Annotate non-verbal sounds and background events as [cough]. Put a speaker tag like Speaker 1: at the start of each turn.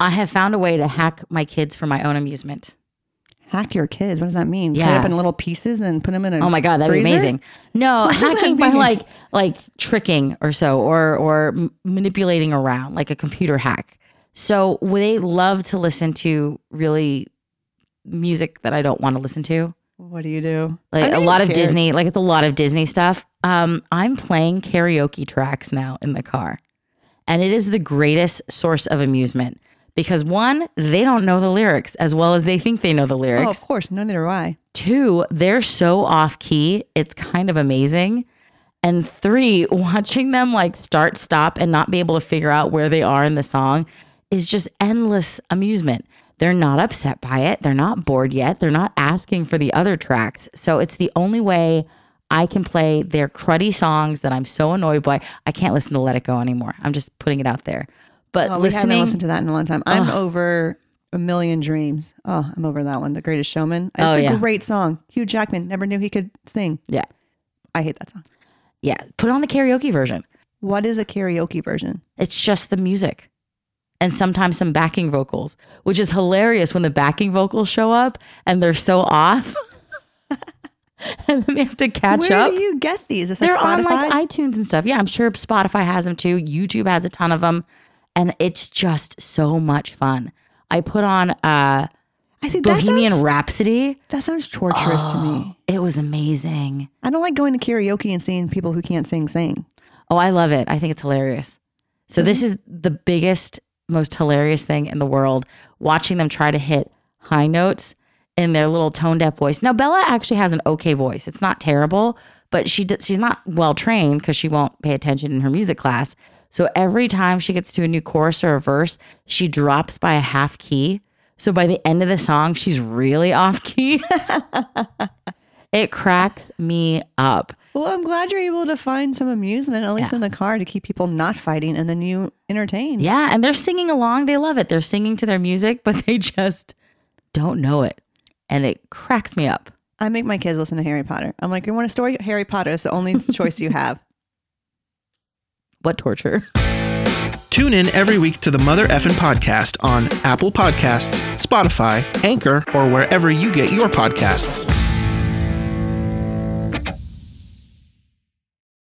Speaker 1: I have found a way to hack my kids for my own amusement.
Speaker 2: Hack your kids. What does that mean? Cut
Speaker 1: Yeah.
Speaker 2: it up in little pieces and put them in a.
Speaker 1: Oh my god, that'd be
Speaker 2: freezer?
Speaker 1: amazing.
Speaker 2: [laughs]
Speaker 1: No,
Speaker 2: does that
Speaker 1: hacking by
Speaker 2: mean?
Speaker 1: like like tricking or so, or or m- manipulating around like a computer hack. So would they love to listen to really music that I don't want to listen to,
Speaker 2: What do you do?
Speaker 1: like
Speaker 2: I'm
Speaker 1: a lot of
Speaker 2: scared.
Speaker 1: Disney, like it's a lot of Disney stuff. Um, I'm playing karaoke tracks now in the car, and it is the greatest source of amusement because one, they don't know the lyrics as well as they think they know the lyrics.
Speaker 2: Oh, of course. No, neither do I.
Speaker 1: Two, they're so off key. It's kind of amazing. And three, [laughs] watching them like start, stop, and not be able to figure out where they are in the song is just endless amusement. They're not upset by it. They're not bored yet. They're not asking for the other tracks. So it's the only way I can play their cruddy songs that I'm so annoyed by. I can't listen to Let It Go anymore. I'm just putting it out there. But
Speaker 2: Oh, we haven't
Speaker 1: listening,
Speaker 2: listened to that in a long time. I'm over a million dreams. Oh, I'm over that one. The Greatest Showman. It's
Speaker 1: Oh,
Speaker 2: a
Speaker 1: yeah.
Speaker 2: great song. Hugh Jackman never knew he could sing.
Speaker 1: yeah,
Speaker 2: I hate that song.
Speaker 1: yeah, put on the karaoke version.
Speaker 2: What is a karaoke version?
Speaker 1: It's just the music and sometimes some backing vocals, which is hilarious when the backing vocals show up and they're so off. [laughs] and then they have to catch
Speaker 2: Where
Speaker 1: up.
Speaker 2: do you get these? Is that
Speaker 1: they're
Speaker 2: Spotify?
Speaker 1: on like iTunes and stuff. Yeah, I'm sure Spotify has them too. YouTube has a ton of them. And it's just so much fun. I put on uh,
Speaker 2: I think that
Speaker 1: Bohemian Ah.
Speaker 2: sounds,
Speaker 1: Rhapsody.
Speaker 2: that sounds torturous to me.
Speaker 1: It was amazing.
Speaker 2: I don't like going to karaoke and seeing people who can't sing sing.
Speaker 1: Oh, I love it. I think it's hilarious. So this is the biggest, most hilarious thing in the world. Watching them try to hit high notes in their little tone deaf voice. Now Bella actually has an okay voice. It's not terrible, but she d- she's not well trained because she won't pay attention in her music class. So every time she gets to a new chorus or a verse, she drops by a half key. So by the end of the song, she's really off key. [laughs] it cracks me up.
Speaker 2: Well, I'm glad you're able to find some amusement, at least in the car, to keep people not fighting and then you entertain.
Speaker 1: Yeah, and they're singing along. They love it. They're singing to their music, [laughs] but they just don't know it. And it cracks me up.
Speaker 2: I make my kids listen to Harry Potter. I'm like, you want a story? Harry Potter is the only choice you have.
Speaker 1: What torture. [laughs]
Speaker 3: Tune in every week to the Mother Effin podcast on Apple Podcasts, Spotify, Anchor, or wherever you get your podcasts.